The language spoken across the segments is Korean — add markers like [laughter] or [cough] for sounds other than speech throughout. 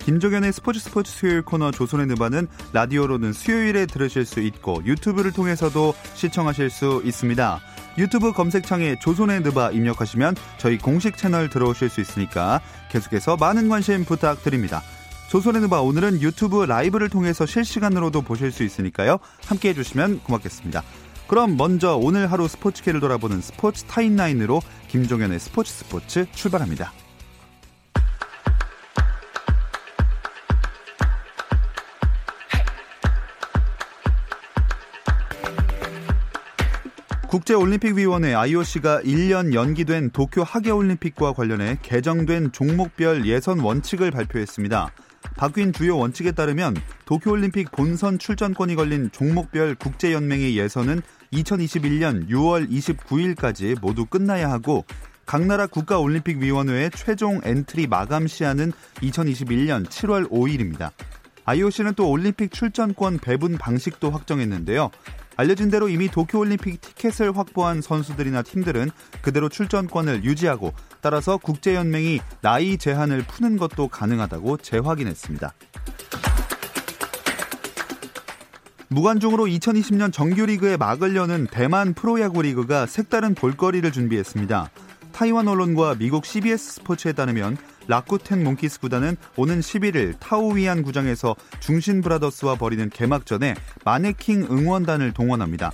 김종현의 스포츠 스포츠 수요일 코너 조선의 느바는 라디오로는 수요일에 들으실 수 있고 유튜브를 통해서도 시청하실 수 있습니다. 유튜브 검색창에 조선의 느바 입력하시면 저희 공식 채널 들어오실 수 있으니까 계속해서 많은 관심 부탁드립니다. 조선의 누바 오늘은 유튜브 라이브를 통해서 실시간으로도 보실 수 있으니까요. 함께 해주시면 고맙겠습니다. 그럼 먼저 오늘 하루 스포츠계를 돌아보는 스포츠 타임라인으로 김종현의 스포츠 스포츠 출발합니다. 국제올림픽위원회 IOC가 1년 연기된 도쿄 하계올림픽과 관련해 개정된 종목별 예선 원칙을 발표했습니다. 바뀐 주요 원칙에 따르면 도쿄올림픽 본선 출전권이 걸린 종목별 국제연맹의 예선은 2021년 6월 29일까지 모두 끝나야 하고 각 나라 국가올림픽위원회의 최종 엔트리 마감 시한은 2021년 7월 5일입니다. IOC는 또 올림픽 출전권 배분 방식도 확정했는데요. 알려진 대로 이미 도쿄올림픽 티켓을 확보한 선수들이나 팀들은 그대로 출전권을 유지하고 따라서 국제연맹이 나이 제한을 푸는 것도 가능하다고 재확인했습니다. 무관중으로 2020년 정규리그의 막을 여는 대만 프로야구 리그가 색다른 볼거리를 준비했습니다. 타이완 언론과 미국 CBS 스포츠에 따르면 라쿠텐 몽키스 구단은 오는 11일 타오위안 구장에서 중신 브라더스와 벌이는 개막전에 마네킹 응원단을 동원합니다.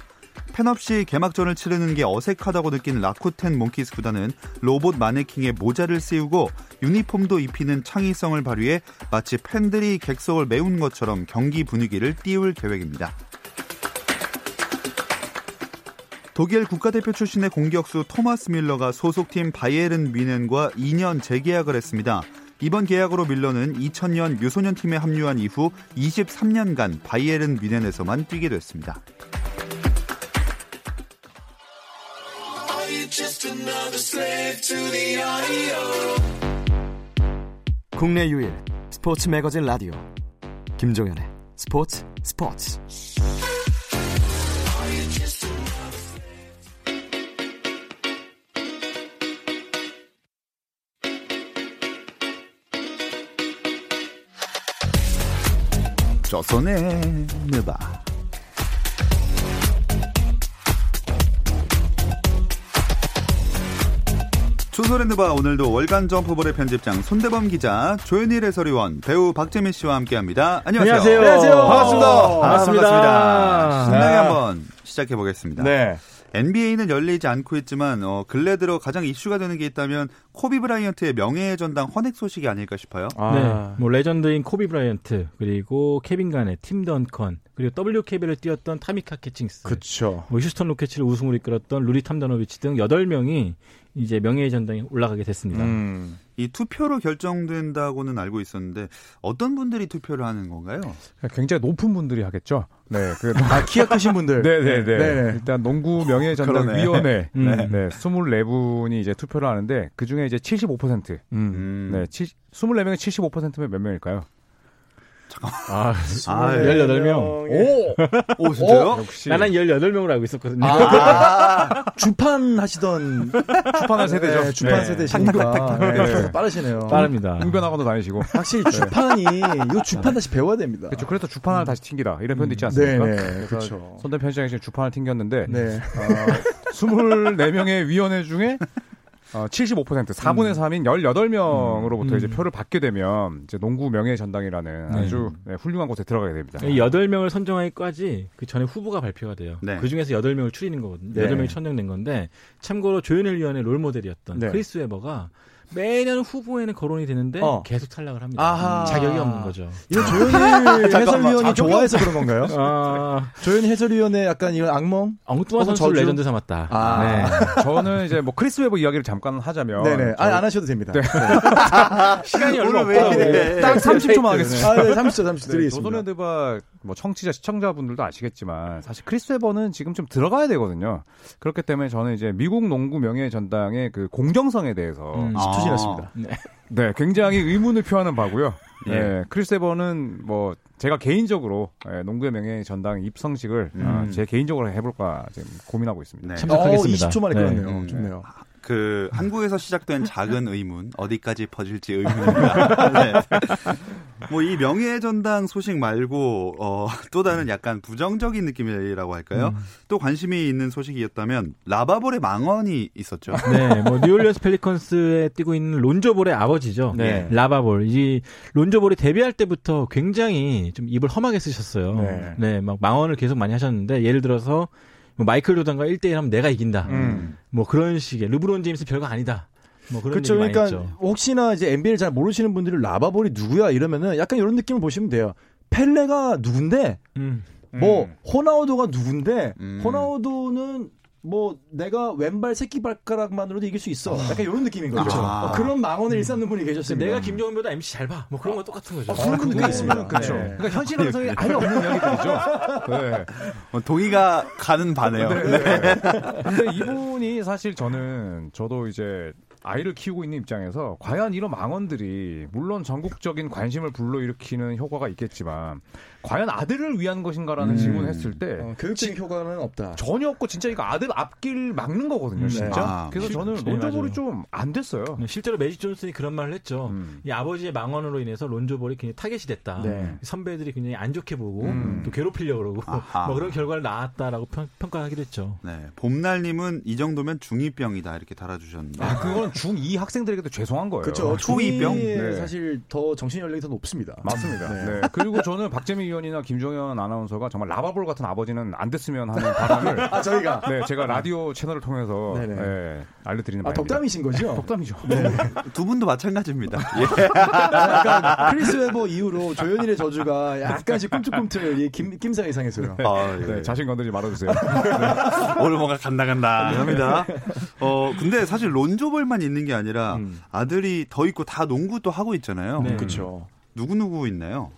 팬 없이 개막전을 치르는 게 어색하다고 느낀 라쿠텐 몽키스 구단은 로봇 마네킹에 모자를 씌우고 유니폼도 입히는 창의성을 발휘해 마치 팬들이 객석을 메운 것처럼 경기 분위기를 띄울 계획입니다. 독일 국가대표 출신의 공격수 토마스 밀러가 소속팀 바이에른 뮌헨과 2년 재계약을 했습니다. 이번 계약으로 밀러는 2000년 유소년 팀에 합류한 이후 23년간 바이에른 뮌헨에서만 뛰게 됐습니다. 국내 유일 스포츠 매거진 라디오 김종현의 스포츠 스포츠 조선의 느바 조선의 느바 오늘도 월간 점프볼의 편집장 손대범 기자 조현일 해설위원 배우 박재민 씨와 함께합니다. 안녕하세요. 네. 반갑습니다. 반갑습니다. 반갑습니다. 신나게 네. 한번 시작해 보겠습니다. 네. NBA는 열리지 않고 있지만 어, 근래 들어 가장 이슈가 되는 게 있다면 코비 브라이언트의 명예 전당 헌액 소식이 아닐까 싶어요. 아, 네, 뭐 레전드인 코비 브라이언트 그리고 케빈 간의 팀 던컨 그리고 WKB를 뛰었던 타미카 캐칭스, 그쵸. 뭐 휴스턴 로켓츠를 우승으로 이끌었던 루리 탐다노비치 등 8명이 이제 명예의 전당에 올라가게 됐습니다. 음. 이 투표로 결정된다고는 알고 있었는데 어떤 분들이 투표를 하는 건가요? 굉장히 높은 분들이 하겠죠. 네. 그, 아, 키가 크신 분들. 네네네. 일단 농구 명예전당위원회 음. 네. 네, 24분이 이제 투표를 하는데 그 중에 이제 75%. 음. 음. 네, 24명의 75%면 몇 명일까요? 아, 아, 예. 18명. 오! 오 진짜요? 역시 나는 18명으로 알고 있었거든요. [laughs] 아, [laughs] 주판 하시던. 주판한 세대죠. 네, 주판 네. 세대시니까. 탁탁탁탁탁. 네, 빠르시네요. 빠릅니다. 웅변학원도 다니시고. 확실히 주판이, 이거 주판 다시 배워야 됩니다. 그렇죠. 그래서 주판을 다시 튕기다 이런 표현도 있지 네, 않습니까? 그렇죠. 네. 그쵸. 손대표 현장에 지금 주판을 튕겼는데 네. 어, 24명의 위원회 중에 어, 75% 4분의 3인 18명으로부터 이제 표를 받게 되면 이제 농구 명예 전당이라는 아주 네, 훌륭한 곳에 들어가게 됩니다. 이 8명을 선정하기까지 그 전에 후보가 발표가 돼요. 네. 그 중에서 8명을 추리는 거거든요. 네. 8명이 선정된 건데 참고로 조현일 위원의 롤모델이었던 네. 크리스 웨버가 매년 후보에는 거론이 되는데 어. 계속 탈락을 합니다. 아하. 자격이 없는 거죠. [laughs] 이거 조현일 해설위원이 좋아해서 그런 건가요? 아, 조현일 해설위원의 약간 이런 악몽? 엉뚱한 어, 선수 를 저주? 레전드 삼았다. 아. 네. 저는 이제 뭐 크리스 웨버 이야기를 잠깐 하자면 네네. 아, 저희- 안 하셔도 됩니다. 시간이 오늘 얼마 왜 없더라고요. 이래. 딱 30초만 하겠습니다. 아, 네, 30초, 30초 네, 드리겠습니다. 조선의 드바 뭐 청취자 시청자분들도 아시겠지만 사실 크리스 웨버는 지금 좀 들어가야 되거든요. 그렇기 때문에 저는 이제 미국 농구 명예 전당의 그 공정성에 대해서 음. 아. 투지났습니다. 네, 굉장히 의문을 표하는 바고요. 예. 네, 크리스 에버는 뭐 제가 개인적으로 예, 농구의 명예 전당 입성식을 아, 음. 제 개인적으로 해볼까 지금 고민하고 있습니다. 네. 참석하겠습니다. 어, 20초 만에 네. 끊었네요. 음. 좋네요. 그 한국에서 시작된 작은 의문 어디까지 퍼질지 의문입니다. [laughs] 네. 뭐이 명예 전당 소식 말고 어, 또 다른 약간 부정적인 느낌이라고 할까요? 또 관심이 있는 소식이었다면 라바볼의 망언이 있었죠. 네, 뭐 뉴올리언스 펠리컨스에 뛰고 있는 론조볼의 아버지죠. 네. 라바볼. 이 론조볼이 데뷔할 때부터 굉장히 좀 입을 험하게 쓰셨어요. 네. 막 망언을 계속 많이 하셨는데 예를 들어서 뭐 마이클 조던과 1대1 하면 내가 이긴다. 음. 뭐 그런 식의 르브론 제임스 별거 아니다. 뭐 그런 그렇죠. 얘기 많이 그러니까 했죠. 혹시나 이제 NBA를 잘 모르시는 분들이 라바볼이 누구야 이러면은 약간 이런 느낌을 보시면 돼요. 펠레가 누군데 음. 뭐 호나우도가 누군데 음. 호나우도는 뭐 내가 왼발 새끼 발가락만으로도 이길 수 있어. 약간 이런 느낌인 거죠. 아. 어, 그런 망언을 일삼는 분이 계셨습니다. 아, 내가 김종현보다 MC 잘 봐. 뭐 그런 거 똑같은 거죠. 어, 그런 분들이 있으면 아, 그렇죠. 그러니까 현실 네. 완성이 아예 없는 이야기들이죠. 네. 어, 동의가 가는 바네요. 네. 근데 이분이 사실 저는 저도 이제 아이를 키우고 있는 입장에서 과연 이런 망언들이 물론 전국적인 관심을 불러일으키는 효과가 있겠지만 과연 아들을 위한 것인가라는 음. 질문을 했을 때 어, 교육적인 효과는 없다. 전혀 없고 진짜 이거 아들 앞길 막는 거거든요, 음, 진짜. 네. 아, 그래서 저는 네, 논조볼이 맞아요. 좀 안 됐어요. 네, 실제로 매직 존슨이 그런 말을 했죠. 음. 이 아버지의 망언으로 인해서 론조볼이 굉장히 타겟이 됐다. 네. 선배들이 굉장히 안 좋게 보고 음. 또 괴롭히려고 그러고 [laughs] 아하. 뭐 그런 결과를 낳았다라고 평, 평가하기도 했죠. 네. 봄날님은 이 정도면 중2병이다 이렇게 달아주셨는데. 아, 그건 중2 학생들에게도 죄송한 거예요. 그렇죠. 초이병? 초이의 네. 사실 더 정신 연령이 더 높습니다. 맞습니다. 네. 그리고 저는 박재민 의원이나 김종현 아나운서가 정말 라바볼 같은 아버지는 안 됐으면 하는 바람을 아 저희가 네, 제가 라디오 채널을 통해서 네네. 예, 알려드리는 아, 바입니다. 덕담이신 네. 거죠? 덕담이죠. 두 분도 마찬가지입니다. 예. 약간 그러니까 크리스 웨버 이후로 조현일의 저주가 약간씩 꿈틀꿈틀 이 김, 김사 이상해서요. 아, 예. 네, 자신 건드리지 말아주세요. 오늘 뭔가 간다 간다 합니다. 어 근데 사실 론조볼만 있는 게 아니라 아들이 더 있고 다 농구 또 하고 있잖아요. 네. 그렇죠. 누구 누구 있나요?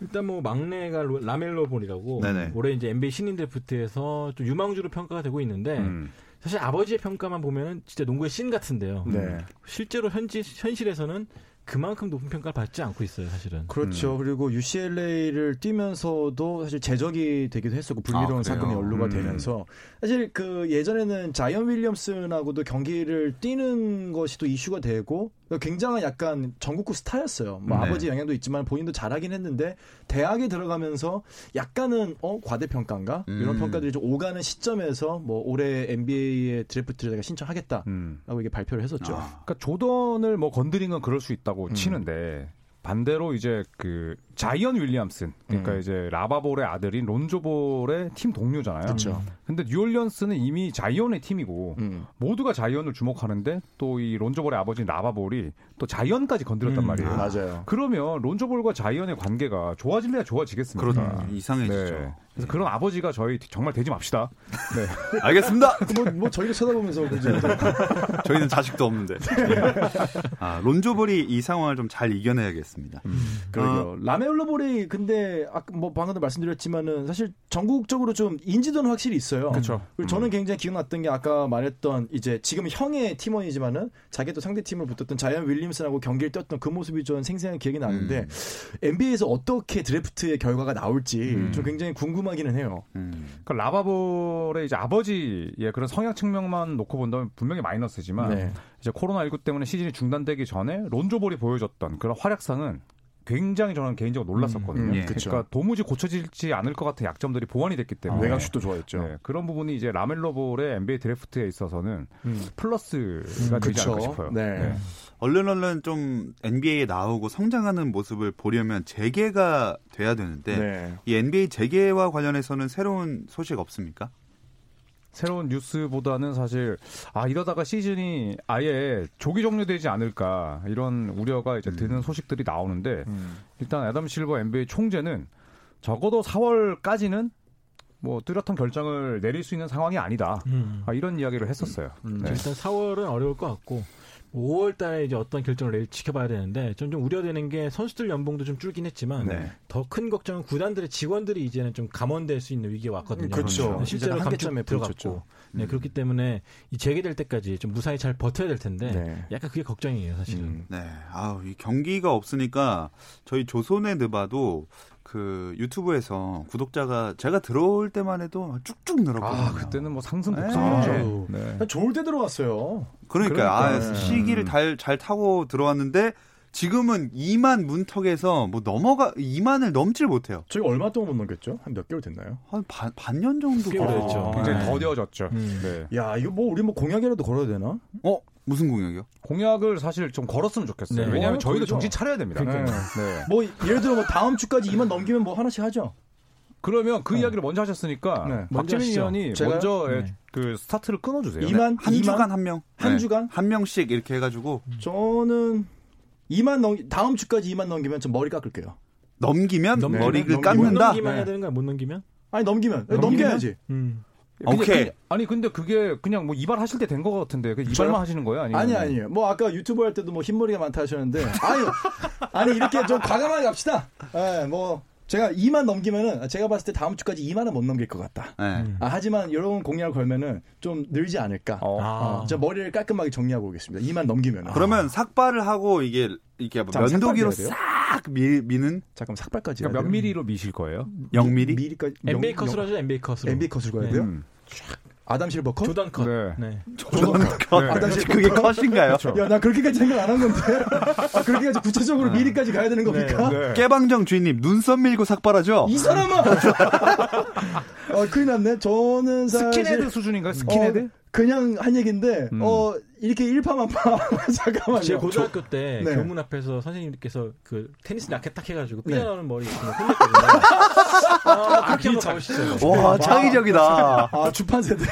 일단 뭐 막내가 로- 라멜로볼이라고 네네. 올해 이제 NBA 신인 드래프트에서 좀 유망주로 평가가 되고 네. 있는데 음. 사실 아버지의 평가만 보면은 진짜 농구의 신 같은데요. 네. 실제로 현지 현실에서는 그만큼 높은 평가를 받지 않고 있어요, 사실은. 그렇죠. 음. 그리고 UCLA를 뛰면서도 사실 재적이 되기도 했었고 불미로운 아, 그래요? 사건이 연루가 음. 되면서 사실 그 예전에는 자이언 윌리엄슨하고도 경기를 뛰는 것이 또 이슈가 되고 그러니까 굉장한 약간 전국구 스타였어요. 뭐 네. 아버지 영향도 있지만 본인도 잘하긴 했는데 대학에 들어가면서 약간은 어 과대평가인가 음. 이런 평가들이 좀 오가는 시점에서 뭐 올해 NBA의 드래프트를 내가 신청하겠다. 음. 라고 이게 발표를 했었죠. 아, 그러니까 조던을 뭐 건드린 건 그럴 수 있다고 음. 치는데 반대로 이제 그 자이언 윌리엄슨 그러니까 음. 이제 라바볼의 아들인 론조볼의 팀 동료잖아요. 그렇죠. 근데 뉴올리언스는 이미 자이언의 팀이고 음. 아. 모두가 자이언을 주목하는데 또 이 론조볼의 아버지인 라바볼이 또 자이언까지 건드렸단 음. 말이에요. 네, 맞아요. 그러면 론조볼과 자이언의 관계가 좋아질래야 좋아지겠습니까? 그렇다. 음, 이상해지죠. 네. 그래서 그런 아버지가 저희 정말 되지 맙시다. 알겠습니다. 뭐, 뭐 저희를 쳐다보면서 그죠. [laughs] 저희는 자식도 없는데. 아, 론조볼이 이 상황을 좀 잘 이겨내야겠습니다. 그러게요. 아. 라메올로볼이 근데 아까 뭐 방금도 말씀드렸지만은 사실 전국적으로 좀 인지도는 확실히 있어요. 그쵸. 음. 리고 저는 굉장히 기억났던 게 아까 말했던 이제 지금 형의 팀원이지만은 자기 또 상대 팀을 붙었던 자이언 윌리엄슨하고 경기를 뛰었던 그 모습이 좀 생생한 기억이 나는데 음. NBA에서 어떻게 드래프트의 결과가 나올지 좀 굉장히 궁금하기는 해요. 음. 그러니까 라바볼의 이제 아버지의 그런 성향 측면만 놓고 본다면 분명히 마이너스지만 네. 이제 코로나19 때문에 시즌이 중단되기 전에 론조볼이 보여줬던 그런 활약상은 굉장히 저는 개인적으로 놀랐었거든요. 음, 음, 예. 그러니까 도무지 고쳐질지 않을 것 같은 약점들이 보완이 됐기 때문에 슛도 좋아했죠. 네, 그런 부분이 이제 라멜로볼의 NBA 드래프트에 있어서는 플러스가 되지 음, 그쵸. 않을까 싶어요. 네. 얼른 얼른 좀 NBA에 나오고 성장하는 모습을 보려면 재개가 돼야 되는데 네. 네. 이 NBA 재개와 관련해서는 새로운 소식 없습니까? 새로운 뉴스보다는 사실 아 이러다가 시즌이 아예 조기 종료되지 않을까 이런 우려가 이제 드는 소식들이 나오는데 일단 애덤 실버 NBA 총재는 적어도 4월까지는 뭐 뚜렷한 결정을 내릴 수 있는 상황이 아니다. 음. 아, 이런 이야기를 했었어요. 음, 네. 일단 4월은 어려울 것 같고 5월 달에 이제 어떤 결정을 내릴지 지켜봐야 되는데 좀, 좀 우려되는 게 선수들 연봉도 좀 줄긴 했지만 네. 더 큰 걱정은 구단들의 직원들이 이제는 좀 감원될 수 있는 위기에 왔거든요. 네, 음, 그렇죠. 실제로 이제는 감축 한계점에 들어갔고. 부딪혔죠. 네, 그렇기 때문에 이 재개될 때까지 좀 무사히 잘 버텨야 될 텐데 네. 약간 그게 걱정이에요, 사실은. 음. 네. 아우, 이 경기가 없으니까 저희 조선의 느바도 그 유튜브에서 구독자가 제가 들어올 때만 해도 쭉쭉 늘었거든요. 아, 그때는 뭐 상승 네. 복선이죠. 네. 좋을 때 들어왔어요. 그러니까 아, 그러니까요. 시기를 잘, 잘 타고 들어왔는데 지금은 2만 문턱에서 뭐 넘어가 2만을 넘질 못해요. 저희 얼마 동안 못 넘겼죠? 한 몇 개월 됐나요? 한 반, 반년 정도 꽤 오래됐죠. 걸렸죠. 어, 굉장히 네. 더뎌졌죠. 음. 네. 야 이거 뭐 우리 뭐 공약이라도 걸어야 되나? 어 무슨 공약이요? 공약을 사실 좀 걸었으면 좋겠어요. 네. 왜냐하면 어, 저희도 그렇죠. 정신 차려야 됩니다. 그러니까요. 네. 뭐 예를 들어 뭐 다음 주까지 이만 넘기면 뭐 하나씩 하죠. 그러면 그 이야기를 먼저 하셨으니까 네. 먼저 박재민 하시죠. 위원이 제가요? 먼저 예, 네. 그 스타트를 끊어주세요. 이만- 네. 한 이만? 주간 한 명. 한 네. 주간 한 명씩 이렇게 해가지고 저는 이만 넘 다음 주까지 이만 넘기면 좀 머리 깎을게요. 넘기면 넘기면- 머리를 그 넘기면- 네. 못 깎는다. 넘기만 해야 되는 거야, 못 넘기면? 아니 넘기면 네, 넘기면? 넘겨야지. 음. 근데 오케이. 네. 그냥- 아니 근데 그게 그냥 뭐 이발 하실 때 된 거 같은데 그 저요? 이발만 하시는 거예요? 아니면 아니 아니에요. 뭐 아까 유튜브 할 때도 뭐 흰머리가 많다 하셨는데 아니 아니 이렇게 좀 과감하게 갑시다. 예, 뭐 제가 2만 넘기면은 제가 봤을 때 다음 주까지 2만은 못 넘길 것 같다. 네. 음. 아, 하지만 이런 공약을 걸면은 좀 늘지 않을까. 어. 아. 어, 제가 머리를 깔끔하게 정리하고 오겠습니다. 2만 넘기면은. 그러면 삭발을 하고 이게 이렇게 뭐 자, 면도기로 아. 삭발돼야 돼요? 싹 미, 미는 잠깐 삭발까지. 그러니까 몇 해야 돼요. 미리로 미실 거예요? 0mm? 미리까지 NBA 컷으로 하죠, NBA 컷으로. MB 컷을 가야 네. 돼요? 음. 아담 실버 컷? 조던 컷. 네. 네. 조던컷. 네. 아, 사실 그게 컷인가요? 야, 나 그렇게까지 생각 안 한 건데. 아, 그렇게까지 구체적으로 미리까지 가야 되는 겁니까? 네. 깨방정 주인님 눈썹 밀고 삭발하죠? [laughs] 이 사람아! [laughs] 어, 큰일 났네. 저는 사실. 스킨헤드 수준인가요? 어, 스킨헤드? 그냥 한 얘기인데, 음. 어, 이렇게 일파만파. [laughs] 잠깐만요. 제 고등학교 때 네. 교문 앞에서 선생님께서 그 테니스 라켓 딱 해가지고 네. 삐져나오는 머리 있으면 혼냈거든요. 아, 그렇게 한번 가보시죠. 와 창의적이다. 아, 주판 세대.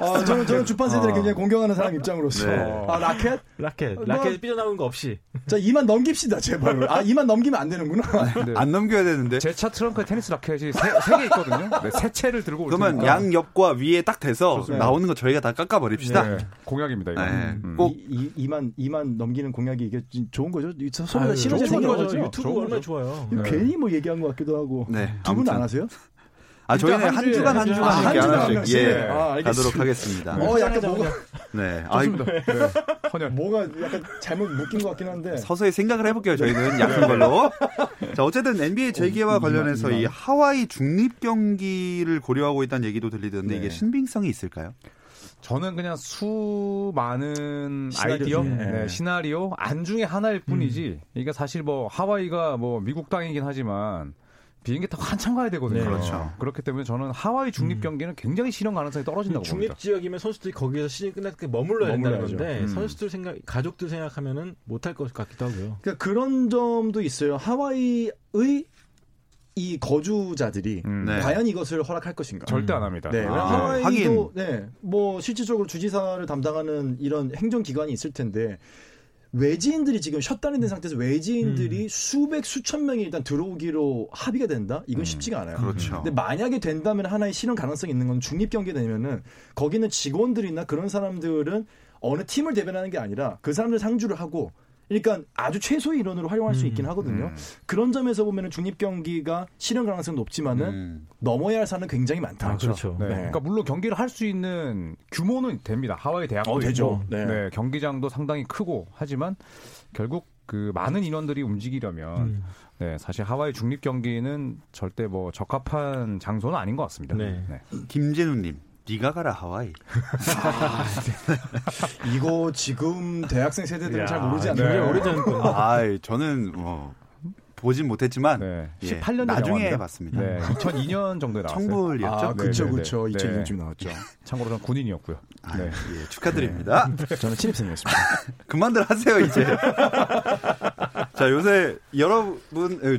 아, 저는, 저는 주판 세대를 아. 굉장히 공경하는 사람 입장으로서. 네. 아, 라켓? 라켓, 뭐- 라켓 삐져나오는 거 없이. 자, 이만 넘깁시다, 제발. 아, 이만 넘기면 안 되는구나. 네. 안 넘겨야 되는데. 제 차 트렁크에 테니스 라켓이 세 개 있거든요. 네, 세 채를 들고 올 그러면 테니까. 양옆과 위에 딱 돼서 좋습니다. 나오는 거 저희가 다 깎아 버립시다. 네, 공약입니다. 이거. 네. 음. 꼭 이, 이, 만 이만 넘기는 공약이 이게 진- 좋은 거죠? 이 서- 서로 다 아유, 싫어지는 좋은 거죠. 네, 거죠? 유튜브 좋은 얼마나 거죠. 좋아요. 그러니까 이거 괜히 뭐 얘기한 것 같기도 하고. 네, 두 분은 아무튼. 안 하세요? 아 저희는 일단 한 한 주에- 주간 한 한 주간 주간 이렇게 한 주간 하나씩 하나씩. 예 네. 아, 알겠습니다. 가도록 하겠습니다. 어, 약간 뭐가, 네, 아 좋습니다. 네. 헌혈. 뭐가 약간 잘못 묶인 것 같긴 한데. 네. 서서히 생각을 해볼게요. 저희는 약한 걸로. 자 어쨌든 NBA 재개와 관련해서 이 하와이 중립 경기를 고려하고 있다는 얘기도 들리던데 네. 이게 신빙성이 있을까요? 저는 그냥 수많은 시나리오 아이디어, 중에. 네, 네. 음. 시나리오 안 중에 하나일 뿐이지. 이게 사실 뭐 하와이가 뭐 미국 땅이긴 하지만 비행기 타고 한참 가야 되거든요. 네. 그렇죠. 그렇기 때문에 저는 하와이 음. 중립 경기는 굉장히 실현 가능성이 떨어진다고 봅니다. 중립 지역이면 선수들이 거기에서 시즌 끝날 때 머물러야 된다는 머물러야죠. 건데 음. 선수들 생각, 가족들 생각하면은 못할 것 같기도 하고요. 그러니까 그런 점도 있어요. 하와이의 이 거주자들이 음. 네. 과연 이것을 허락할 것인가? 절대 안 합니다. 네, 아, 하와이도 네, 뭐 실질적으로 주지사를 담당하는 이런 행정기관이 있을 텐데 외지인들이 지금 셧다운이 된 상태에서 외지인들이 음. 수백 수천 명이 일단 들어오기로 합의가 된다? 이건 쉽지가 않아요. 그렇죠. 근데 만약에 된다면 하나의 실현 가능성이 있는 건 중립 경기에 되면은 거기는 직원들이나 그런 사람들은 어느 팀을 대변하는 게 아니라 그 사람들 상주를 하고 그러니까 아주 최소의 인원으로 활용할 수 있긴 하거든요. 그런 점에서 보면은 중립 경기가 실현 가능성이 높지만은 음. 넘어야 할 산은 굉장히 많다. 아, 그렇죠. 네. 네. 그러니까 물론 경기를 할 수 있는 규모는 됩니다. 하와이 대학도 어, 되죠. 있고, 네. 네. 경기장도 상당히 크고 하지만 결국 그 많은 인원들이 움직이려면 음. 네, 사실 하와이 중립 경기는 절대 뭐 적합한 장소는 아닌 것 같습니다. 네. 김진우님, 네가 가라 하와이. 이거 지금 대학생 세대들은 야, 잘 모르지 않나요? 굉장히 네. 오래된 건 아, 저는 뭐 보진 못했지만 네. 예, 18년 에 나중에 나왔네요. 봤습니다. 네, 2002년 정도에 나왔어요. 청불이었죠. 아, 그쵸, 네, 네, 그쵸. 네. 2002년쯤 나왔죠. 참고로 저는 군인이었고요. 아, 네. 예, 축하드립니다. 저는 신입생이었습니다. 그만들 하세요 이제. [laughs] 자 요새 여러분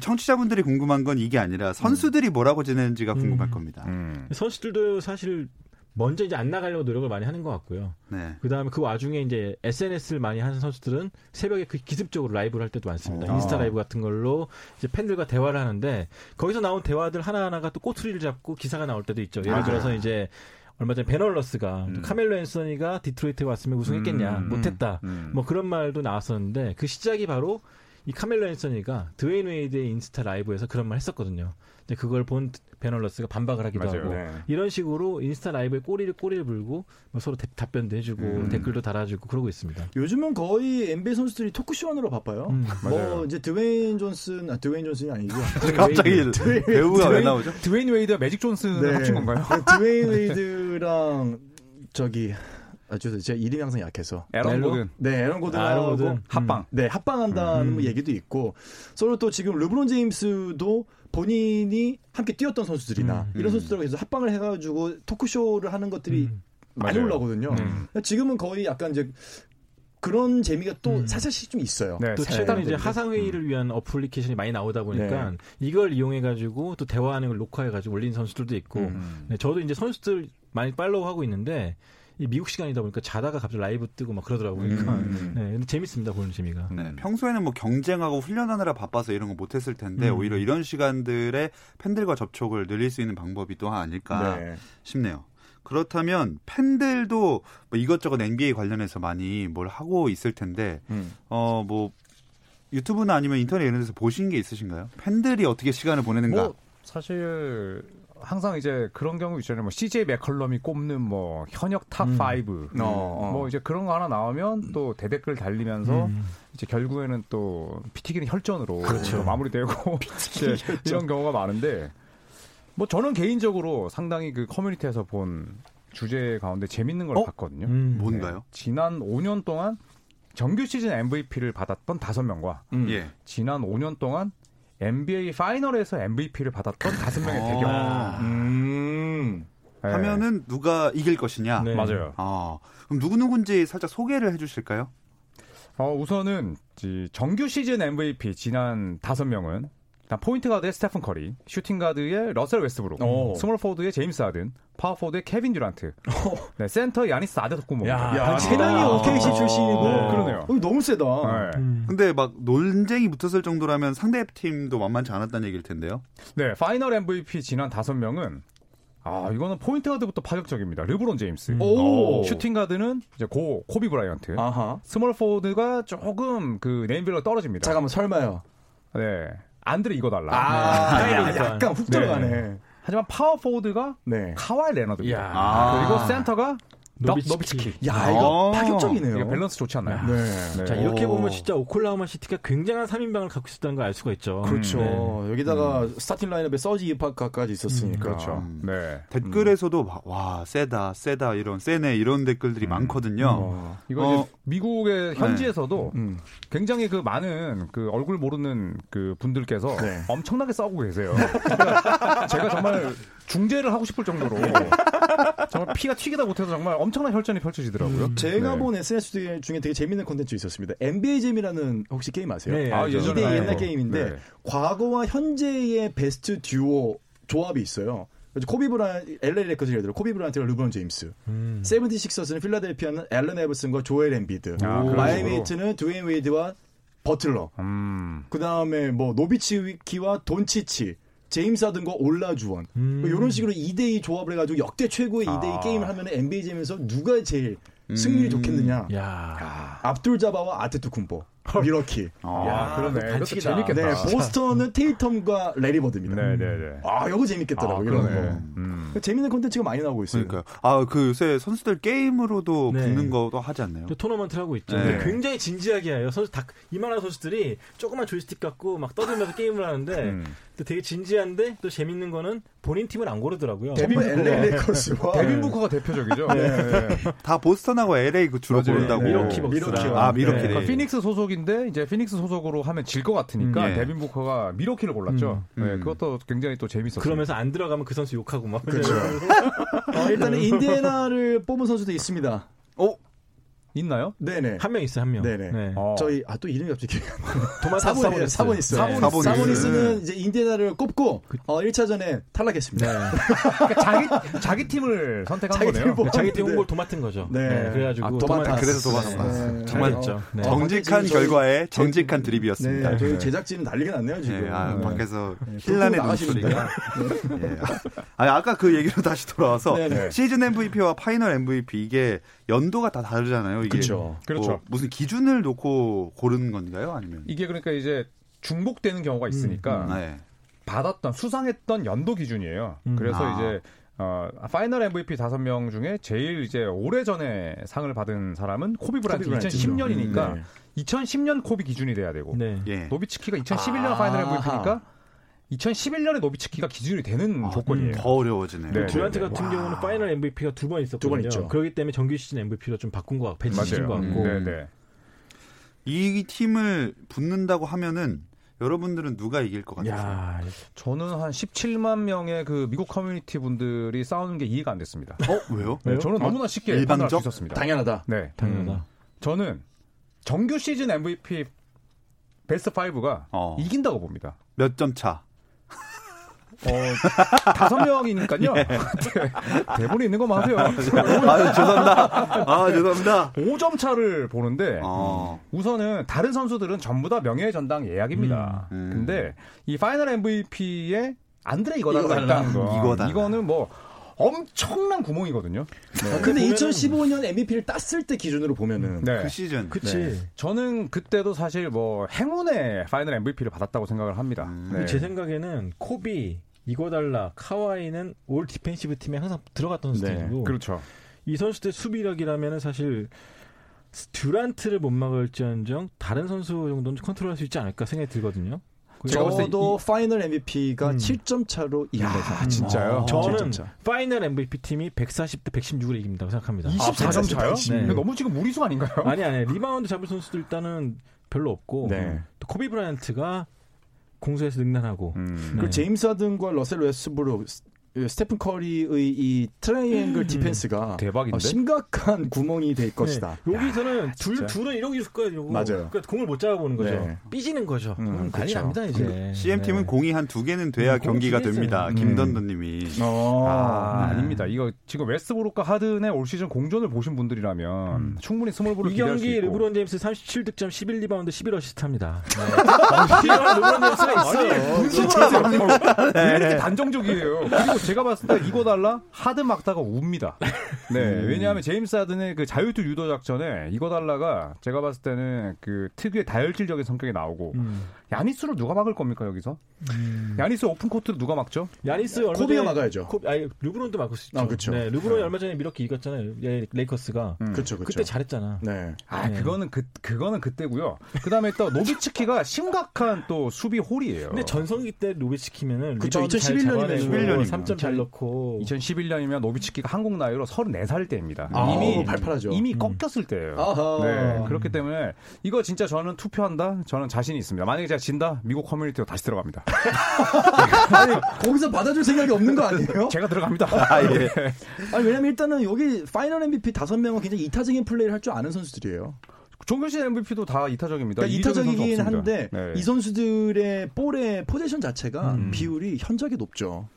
청취자분들이 음. 궁금한 건 이게 아니라 선수들이 뭐라고 지내는지가 궁금할 겁니다. 음. 선수들도 사실 먼저 이제 안 나가려고 노력을 많이 하는 것 같고요. 네. 그다음에 그 와중에 이제 SNS를 많이 하는 선수들은 새벽에 그 기습적으로 라이브를 할 때도 많습니다. 어. 아. 인스타 라이브 같은 걸로 이제 팬들과 대화를 하는데 거기서 나온 대화들 하나하나가 또 꼬투리를 잡고 기사가 나올 때도 있죠. 예를 아. 들어서 이제 얼마 전에 베널러스가 음. 카멜로 앤서니가 디트로이트에 왔으면 우승했겠냐 음. 못했다 음. 뭐 그런 말도 나왔었는데 그 시작이 바로 이 카멜로 앤서니가 드웨인 웨이드의 인스타 라이브에서 그런 말 했었거든요. 근데 그걸 본 베널러스가 반박을 하기도 맞아요. 하고 네. 이런 식으로 인스타 라이브에 꼬리를 꼬리를 불고 뭐 서로 대- 답변도 해주고 음. 네, 댓글도 달아주고 그러고 있습니다. 요즘은 거의 NBA 선수들이 토크쇼 하느라 바빠요. 음. 맞아요. 뭐 이제 드웨인 존슨, 아 드웨인 존슨이 아니고 [laughs] 갑자기 [laughs] 네. 배우가 왜 드웨인- 나오죠? 드웨인 웨이드와 매직 존슨을 네. 합친 건가요? 드웨인 웨이드랑 저기 아 죄송해요. 제가 이름이 항상 약해서. 에런 멜로? 모든 음. 네, 에런 아, 에런 고든하고 고든. 합방. 네, 합방한다는 뭐 얘기도 있고 서로 또 지금 르브론 제임스도 본인이 함께 뛰었던 선수들이나 음. 이런 선수들하고 계속 합방을 해가지고 토크쇼를 하는 것들이 음. 많이 맞아요. 올라오거든요. 그러니까 음. 지금은 거의 약간 이제 그런 재미가 또 음. 살짝씩 좀 있어요. 네, 또 세- 최근 이제 네. 하상 음. 회의를 위한 어플리케이션이 많이 나오다 보니까 네. 이걸 이용해 가지고 또 대화하는 걸 녹화해 가지고 올린 선수들도 있고 음. 네, 저도 이제 선수들 많이 팔로우하고 있는데 이 미국 시간이다 보니까 자다가 갑자기 라이브 뜨고 막 그러더라고요. 그러니까 음. [laughs] 네, 근데 재밌습니다 보는 재미가. 네, 평소에는 뭐 경쟁하고 훈련하느라 바빠서 이런 거 못했을 텐데 오히려 이런 시간들에 팬들과 접촉을 늘릴 수 있는 방법이 또한 아닐까 네. 싶네요. 그렇다면 팬들도 뭐 이것저것 NBA 관련해서 많이 뭘 하고 있을 텐데 음. 어 뭐 유튜브나 아니면 인터넷 이런 데서 보신 게 있으신가요? 팬들이 어떻게 시간을 보내는가? 뭐 사실 항상 이제 그런 경우 있잖아요. 뭐 CJ 맥컬럼이 꼽는 뭐 현역 탑 음. 5. 어, 어. 뭐 이제 그런 거 하나 나오면 또 대댓글 달리면서 음. 이제 결국에는 또 피튀기는 혈전으로 또 마무리되고 이제 이런 경우가 많은데 뭐 저는 개인적으로 상당히 그 커뮤니티에서 본 주제 가운데 재밌는 걸 어? 봤거든요. 음. 뭔가요? 네. 지난 5년 동안 정규 시즌 MVP를 받았던 5명과 음. 예. 지난 5년 동안 NBA 파이널에서 MVP를 받았던 5명의 아. 대결. 음. 예. 하면은 누가 이길 것이냐? 네. 맞아요. 어, 그럼 누구누군지 살짝 소개를 해주실까요? 어, 우선은 이 정규 시즌 MVP 지난 5명은 일단 포인트 가드의 스테픈 커리, 슈팅 가드의 러셀 웨스브룩, 오. 스몰 포드의 제임스 아든, 파워 포드의 케빈 [laughs] 듀란트, 네, 센터 야니스 아데토콤보. 야, 야, 아, 재능이 아. OKC 출신이고 네. 그러네요. 어, 너무 세다. 음. 근데 막 논쟁이 붙었을 정도라면 상대 팀도 만만치 않았다는 얘기일 텐데요. 네, 파이널 MVP 지난 5명은 아, 이거는 포인트 가드부터 파격적입니다. 르브론 제임스. 어, 오. 슈팅 가드는 이제 고 코비 브라이언트. 아하. 스몰 포드가 조금 그 네임빌로 떨어집니다. 잠깐만 설마요. 네. 안드레 이거 달라. 아, 네. 야, 약간 훅 네. 들어가네. 하지만 파워 포워드가 네. 카와이 레너드입니다. 야. 아. 그리고 센터가 노비츠키. 노비츠키. 야, 이거 어. 파격적이네요. 이게 밸런스 좋지 않나요? 네. 네. 자 이렇게 오. 보면 진짜 오클라호마 시티가 굉장한 3인방을 갖고 있었다는 걸 알 수가 있죠. 그렇죠. 네. 음, 여기다가 스타팅 라인업에 서지 이파카까지 있었으니까. 그렇죠. 음. 네. 댓글에서도 막, 와 세다 세다 이런 세네 이런 댓글들이 많거든요. 어. 이거 이제 미국의 현지에서도 음. 굉장히 그 많은 그 얼굴 모르는 그 분들께서 네. 엄청나게 싸우고 계세요. [laughs] 그러니까 제가 정말 중재를 하고 싶을 정도로 네. 정말 피가 튀기다 못해서 정말 엄청난 혈전이 펼쳐지더라고요. 음. 제가 네. 본 SNS 중에 되게 재밌는 콘텐츠 있었습니다. NBA 잼이라는 혹시 게임 아세요? 네, 아, 알죠. 예전에 2대 알죠. 옛날 게임인데 네. 과거와 현재의 베스트 듀오 조합이 있어요. 그래서 코비 브라 LA 레커스 예를 들어 코비 브라한테가 르브론 제임스, 음. 세븐티식서스는 필라델피아는 앨런 에버슨과 조엘 엠비드, 아, 그런 식으로. 마이애미 히트는 드웨인 웨이드와 버틀러, 음. 그 다음에 뭐 노비치키와 돈치치, 제임스 하든과 올라주원 음. 뭐 이런 식으로 2대2 조합을 해가지고 역대 최고의 2대2 아. 게임을 하면 NBA 잼에서 누가 제일 승률이 좋겠느냐? 야. 압둘 자바와 아테투쿤보, 미러키. 야, 그러네. 이것도 반칙이다. 재밌겠다. 아, 네, 보스턴은 테이텀과 레리버드입니다. 네, 네, 네. 아, 이거 재밌겠더라고, 이런 그러네. 거. 음. 재밌는 콘텐츠가 많이 나오고 있어요. 그러니까요. 아 그 요새 선수들 게임으로도 네. 붙는 거도 하지 않나요? 또 토너먼트를 하고 있죠. 네. 근데 굉장히 진지하게 해요. 선수 다 이만한 선수들이 조그만 조이스틱 갖고 막 떠들면서 게임을 하는데 음. 또 되게 진지한데 또 재밌는 거는 본인 팀을 안 고르더라고요. 데빈 데빈 LA 네, 레이커스와 데빈 부커가 대표적이죠. 네. 네. 다 보스턴하고 LA 그 주로 맞아요. 고른다고. 네. 미러키 벅스. 벅스랑 아 미러키. 그러니까 네. 피닉스 소속인데 이제 피닉스 소속으로 하면 질 것 같으니까 음, 예. 데빈 부커가 미러키를 골랐죠. 음. 네, 음. 그것도 굉장히 또 재밌었어요. 그러면서 안 들어가면 그 선수 욕하고 막. 그렇죠. 어, 일단은 인디애나를 뽑은 선수도 있습니다. 어 있나요? [laughs] 네네. 한 명 있어요, 한 명. 네네. 네. 어. 저희 아 또 이름이 갑자기 도마타스 사보니스 사보니스. 사보니스 사보니스. 사보니스는 이제 인디애나를 꼽고 어 1차전에 탈락했습니다. 그러니까 자기 자기 팀을 선택한 자기 거네요. 팀을 뽑- 자기 팀 홍골 도마튼 거죠. 네. 그래가지고 아, 아, 도마타스. 그래서 도마타스. 네. 정말 어, 잘했죠. 네. 정직한 저희- 결과에 정직한 드립이었습니다. 네, 저희 제작진은 난리가 났네요 지금. 예, 아, 밖에서 불고 힐난의 나가십니다. 눈소리가. 예. 아, 아까 그 얘기로 다시 돌아와서 네네. 시즌 MVP와 파이널 MVP 이게 연도가 다 다르잖아요. 이게 그쵸. 뭐 그렇죠. 무슨 기준을 놓고 고르는 건가요? 아니면? 이게 아, 그러니까 이제 중복되는 경우가 있으니까 네. 받았던 수상했던 연도 기준이에요. 음. 그래서 아. 이제 어, 파이널 MVP 다섯 명 중에 제일 이제 오래 전에 상을 받은 사람은 코비 브라이트 브라이언트죠. 2010년이니까 음, 2010년 코비 기준이 돼야 되고 네. 예. 노비츠키가 2011년 파이널 아하. MVP니까 2011년에 노비츠키가 기준이 되는 아, 음, 조건이에요. 더 어려워지네요. 네. 그 듀란트 네. 같은 와. 경우는 파이널 MVP가 두 번 있었거든요. 두번 있죠. 그렇기 때문에 정규 시즌 MVP로 좀 바꾼 것 같고 배치시킨 것 맞아요. 같고. 네, 네. 이 팀을 붙는다고 하면은 여러분들은 누가 이길 것 같아요? 야, 저는 한 17만 명의 그 미국 커뮤니티 분들이 싸우는 게 이해가 안 됐습니다. 어 왜요? 네, 저는 너무나 쉽게 판단할 수 일반적? 있었습니다. 당연하다. 네. 당연하다. 음. 저는 정규 시즌 MVP 베스트 5가 어. 이긴다고 봅니다. 몇 점 차? 어, 다섯 명이니까요. [laughs] 예. 네. 대본에 있는 것만 하세요. 아 죄송합니다. 아 죄송합니다. 5점 차를 보는데 어. 우선은 다른 선수들은 전부 다 명예 전당 예약입니다. 음. 음. 근데 이 파이널 MVP에 안드레 이거달라가 이거달라. 있다는 이거달라. 거. 는뭐 엄청난 구멍이거든요. 아, 근데 2015년 MVP를 땄을 때 기준으로 보면은 네. 그 시즌 그치. 저는 그때도 사실 뭐 행운의 파이널 MVP를 받았다고 생각을 합니다. 음. 네. 제 생각에는 코비, 이고달라, 카와이는 올 디펜시브 팀에 항상 들어갔던 선수들이고 그렇죠. 이 선수들 수비력이라면 사실 듀란트를 못 막을지언정 다른 선수 정도는 컨트롤할 수 있지 않을까 생각이 들거든요. 제가 봤을 때 저도 파이널 MVP가 음. 7점 차로 이긴 거죠. 아, 진짜요? 저는 파이널 MVP 팀이 140대 116을 이긴다고 생각합니다. 24점 차요? 네. 이거 너무 지금 무리수 아닌가요? [laughs] 아니 아니 리바운드 잡을 선수도 일단은 별로 없고 네. 또 코비 브라이언트가 공수에서 능란하고 음. 네. 그 제임스 하든과 러셀 웨스브룩 그 스테픈 커리의 이 트라이앵글 디펜스가 음, 아, 대박인데? 아, 어, 심각한 구멍이 될 것이다. 네, 여기서는 둘, 진짜. 둘은 이러고 있을 거예요. 이러고. 맞아요. 그러니까 공을 못 잡아보는 거죠. 네. 삐지는 거죠. 음, 음, 난리 그렇죠. 납니다, 이제. CM 팀은 네. 공이 한 두 개는 돼야 음, 공 경기가 기계 됩니다. 있어요. 김던던님이 아, 네. 아닙니다. 이거 지금 웨스브룩과 하든의 올 시즌 공존을 보신 분들이라면 충분히 스몰볼을 음. 이 기대할 수 경기 있고. 르브론 제임스 37득점 11리바운드 11어시스트합니다. 네. [laughs] 르브론 제임스가 있어요. 왜 이렇게 네. 단정적이에요? 그리고 제가 봤을 때 이거 달라 하든 막다가 웁니다. 네, 음. 왜냐하면 제임스 하든의 그 자유투 유도 작전에 이거 달라가 제가 봤을 때는 그 특유의 다혈질적인 성격이 나오고 음. 야니스를 누가 막을 겁니까 여기서? 야니스 오픈 코트를 누가 막죠? 야니스 얼마 코비가 전에 막아야죠. 코- 아니, 르브론도 막을 수 있죠. 아, 그쵸. 네, 르브론이 얼마 전에 미러키 이겼잖아요. 예, 레이커스가. 그렇죠, 그렇죠. 그때 잘했잖아. 네. 아, 네. 그거는 그 그거는 그때고요. 그다음에 또 노비츠키가 심각한 또 수비 홀이에요. 근데 전성기 때 로비치키면은 그쵸, 2011년이면 3점 잘 넣고 2011년이면 노비츠키가 한국 나이로 34살 때입니다. 아, 이미 이미 발팔하죠. 음. 이미 꺾였을 때예요. 아하. 네, 그렇기 때문에 이거 진짜 저는 투표한다. 저는 자신이 있습니다. 만약에 제가 진다, 미국 커뮤니티로 다시 들어갑니다. 아니, 거기서 받아줄 생각이 없는 거 [laughs] 아니에요? 제가 들어갑니다. 네. 아 [laughs] 예. 아니, 왜냐면 일단은 여기 파이널 MVP 다섯 명은 굉장히 이타적인 플레이를 할 줄 아는 선수들이에요. 종교신 MVP도 다 이타적입니다. 그러니까 이기적인 선수 이타적이긴 없습니다. 한데 네. 음. 이 선수들의 볼의 포지션 자체가 비율이 현저하게 높죠.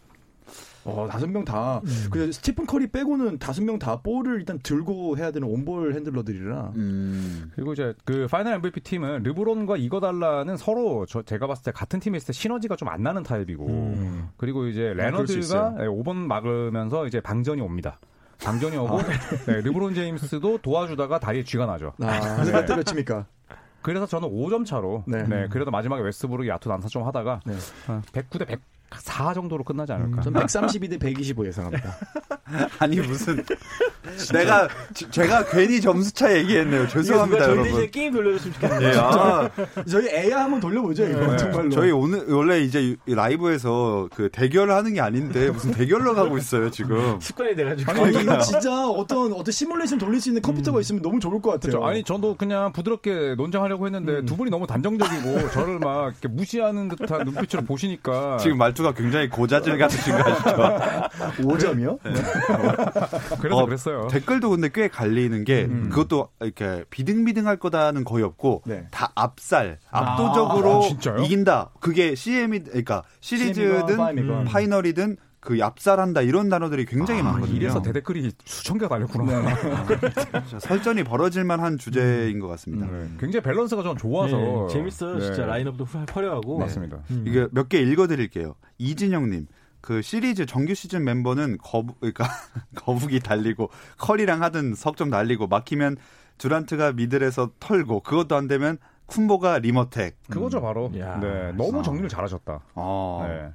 어, 다섯 명 다. 음. 그 스티픈 커리 빼고는 다섯 명 다 볼을 일단 들고 해야 되는 온볼 핸들러들이라. 음. 그리고 이제 그 파이널 MVP 팀은 르브론과 이거달라는 서로 저- 제가 봤을 때 같은 팀에 있을 때 시너지가 좀 안 나는 타입이고 그리고 이제 음. 아, 그럴 수 레너드가 있어요. 5번 막으면서 이제 방전이 옵니다. 방전이 오고 네, 르브론 제임스도 도와주다가 다리에 쥐가 나죠. 아, 누가 때려칩니까? 그래서 저는 5점 차로 네. 네. 그래도 마지막에 웨스브룩이 야투 난사 좀 하다가 네. 음, 109 대 104 정도로 끝나지 않을까. 전 132 대 125 예상합니다. 아니 무슨 내가 지- 제가 괜히 점수 차 얘기했네요. 죄송합니다 저희 여러분. 대신 게임 돌려줬으면 [laughs] 좋겠네요. 예, 아, [laughs] 저희 애야 한번 돌려보죠, 이거. 네. 정말로. 저희 오늘 원래 이제 이 라이브에서 그 대결을 하는 게 아닌데 무슨 대결로 가고 있어요 지금. 습관이 돼가지고 아니, 이거 진짜 어떤, 어떤 시뮬레이션 돌릴 수 있는 컴퓨터가 있으면 너무 좋을 것 같아요. 그렇죠. 아니 저도 그냥 부드럽게 논쟁하려고 했는데 음. 두 분이 너무 단정적이고 저를 막 이렇게 무시하는 듯한 눈빛으로 보시니까 지금 말투가 굉장히 고자질 같으신 거 아시죠? 5점이요? 그래서 어, 없어요. 댓글도 근데 꽤 갈리는 게 음. 그것도 이렇게 비등비등할 거다는 거의 없고 네. 다 압살 압도적으로 아, 진짜요? 이긴다 그게 CM이 그러니까 CM 이건 시리즈든 음. 파임이건. 파이널이든 그 압살한다 이런 단어들이 굉장히 아, 많거든요. 이래서 대댓글이 수천 개가 달렸구나. [laughs] 설전이 벌어질 만한 주제인 것 같습니다. 네, 굉장히 밸런스가 좀 좋아서 네, 재밌어요. 진짜 네, 라인업도 화- 화려하고. 맞습니다. 음. 이게 몇 개 읽어드릴게요. 이진영님. 그 시리즈 정규 시즌 멤버는 거북, 그러니까 [laughs] 거북이 달리고 컬이랑 하든 석점 날리고 막히면 듀란트가 미들에서 털고 그것도 안 되면 쿤보가 리머텍. 그거죠 바로. 야, 네, 너무 정리를 잘하셨다. 어. 네.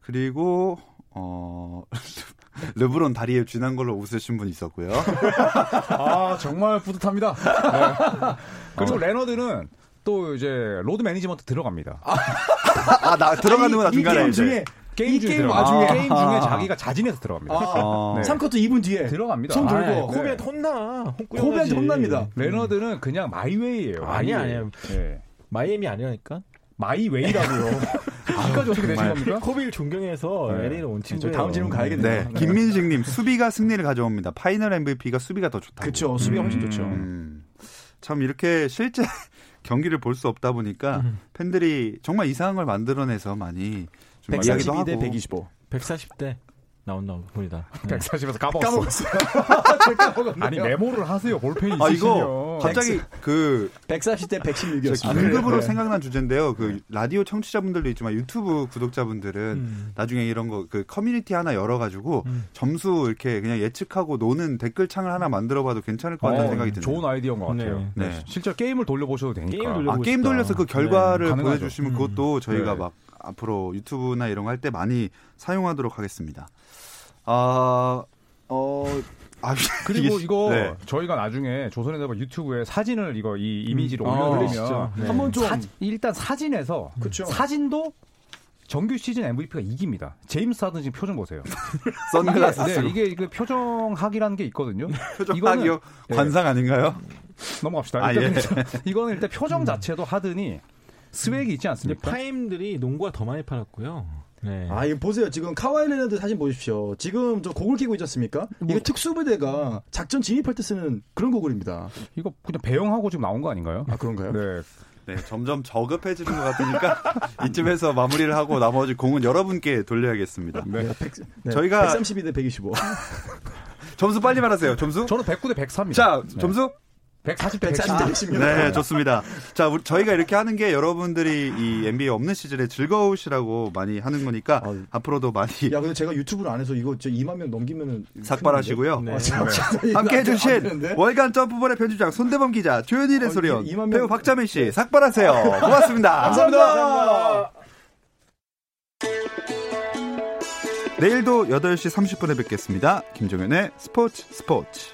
그리고 어 [laughs] 르브론 다리에 쥐난 걸로 웃으신 분 있었고요. 아 정말 뿌듯합니다. 네. 그리고 레너드는 또 이제 로드 매니지먼트 들어갑니다. 아 나 들어가는 거나 이- 이 중간에 게임 이제. 중에 게임 이 중에 게임 들어갑니다. 와중에. 게임 중에 자기가 자진해서 들어갑니다. [laughs] 어. 네. 3쿼터 2분 뒤에 들어갑니다. 손 아, 들고 네. 코비한테 혼나. 네. 혼꾸려가지. 코비한테 혼납니다. 레너드는 그냥 마이웨이예요. 아니야, 마이웨이. 아니야. 예. 마이애미 아니라니까. 마이웨이라고요. 아, 여기까지 어떻게 되신 겁니까? 그러니까? [laughs] [laughs] 코비를 존경해서 네. LA를 온 친구. 저 다음 질문 가야겠네요. 네. 김민식님 수비가 승리를 가져옵니다. 파이널 MVP가 수비가 더 좋다. 그렇죠. 수비가 훨씬 좋죠. 음, 참 이렇게 실제 [laughs] 경기를 볼 수 없다 보니까 팬들이 정말 이상한 걸 만들어내서 많이 좀 이야기도 142 하고 대 125. 140대 나온다 분이다. 네. 140에서 까먹었어. 까먹었어요. 아니 네. 메모를 하세요. 볼펜이 아 있으시면. 이거 갑자기 그 140대 저 네. 116이었습니다. 긴급으로 아, 생각난 주제인데요. 그 라디오 청취자분들도 있지만 유튜브 구독자분들은 음. 나중에 이런 거 그 커뮤니티 하나 열어가지고 음. 점수 이렇게 그냥 예측하고 노는 댓글 창을 하나 만들어봐도 괜찮을 것 같다는 어, 생각이 드네요. 좋은 아이디어인 것 같아요. 네. 네. 실제 게임을 돌려보셔도 되니까. 게임 돌려- 아 해보고 게임 싶다. 돌려서 그 결과를 네, 가능하죠. 보여주시면 그것도 저희가 네. 막 앞으로 유튜브나 이런 거 할 때 많이 사용하도록 하겠습니다. 아, 어, 아, [laughs] 그리고 이게- 이거 네. 저희가 나중에 조선일보 유튜브에 사진을 이거 이 이미지로 음. 아, 올려드리면 진짜. 네. 한번 좀 일단 사진에서 그쵸. 사진도 정규 시즌 MVP가 이깁니다. 제임스 하든 지금 표정 보세요. [laughs] 선글라스 네, 쓰고 이게 그 표정학이라는 게 있거든요. 표정학이요 네. 관상 아닌가요? 넘어갑시다. 아, 일단 예. [laughs] 음. 이거는 일단 표정 자체도 하더니 스웩이 있지 근데 않습니까? 파임들이 농구가 더 많이 팔았고요. 네. 아, 이거 보세요. 지금 카와이 레너드 사진 보십시오. 지금 저 고글 끼고 있지 않습니까? 이거 특수부대가 작전 진입할 때 쓰는 그런 고글입니다. 이거 그냥 배영하고 지금 나온 거 아닌가요? 아, 그런가요? 네. 네, 점점 저급해지는 것 같으니까 [laughs] 이쯤에서 마무리를 하고 나머지 공은 여러분께 돌려야겠습니다. 네. 저희가- 132대 125. 점수 빨리 말하세요. 점수? 저는 109대 103입니다. 자, 점수? 140대 아, 140대 110. 116. 네, 좋습니다. 자, 우리- 저희가 이렇게 하는 게 여러분들이 이 NBA 없는 시즌에 즐거우시라고 많이 하는 거니까 아유. 앞으로도 많이 야, 근데 제가 유튜브를 안 해서 이거 저 2만 명 넘기면은 삭발하시고요. 네. 아, 진짜. 함께 안 해주신 되는데? 월간 점프볼의 편집장 손대범 기자, 조현일의 어, 소리원, 이- 이만 배우 명- 네. 아, 박자민 씨, 삭발하세요. [laughs] 고맙습니다. 감사합니다. 내일도 8시 30분에 뵙겠습니다. 김종현의 스포츠 스포츠.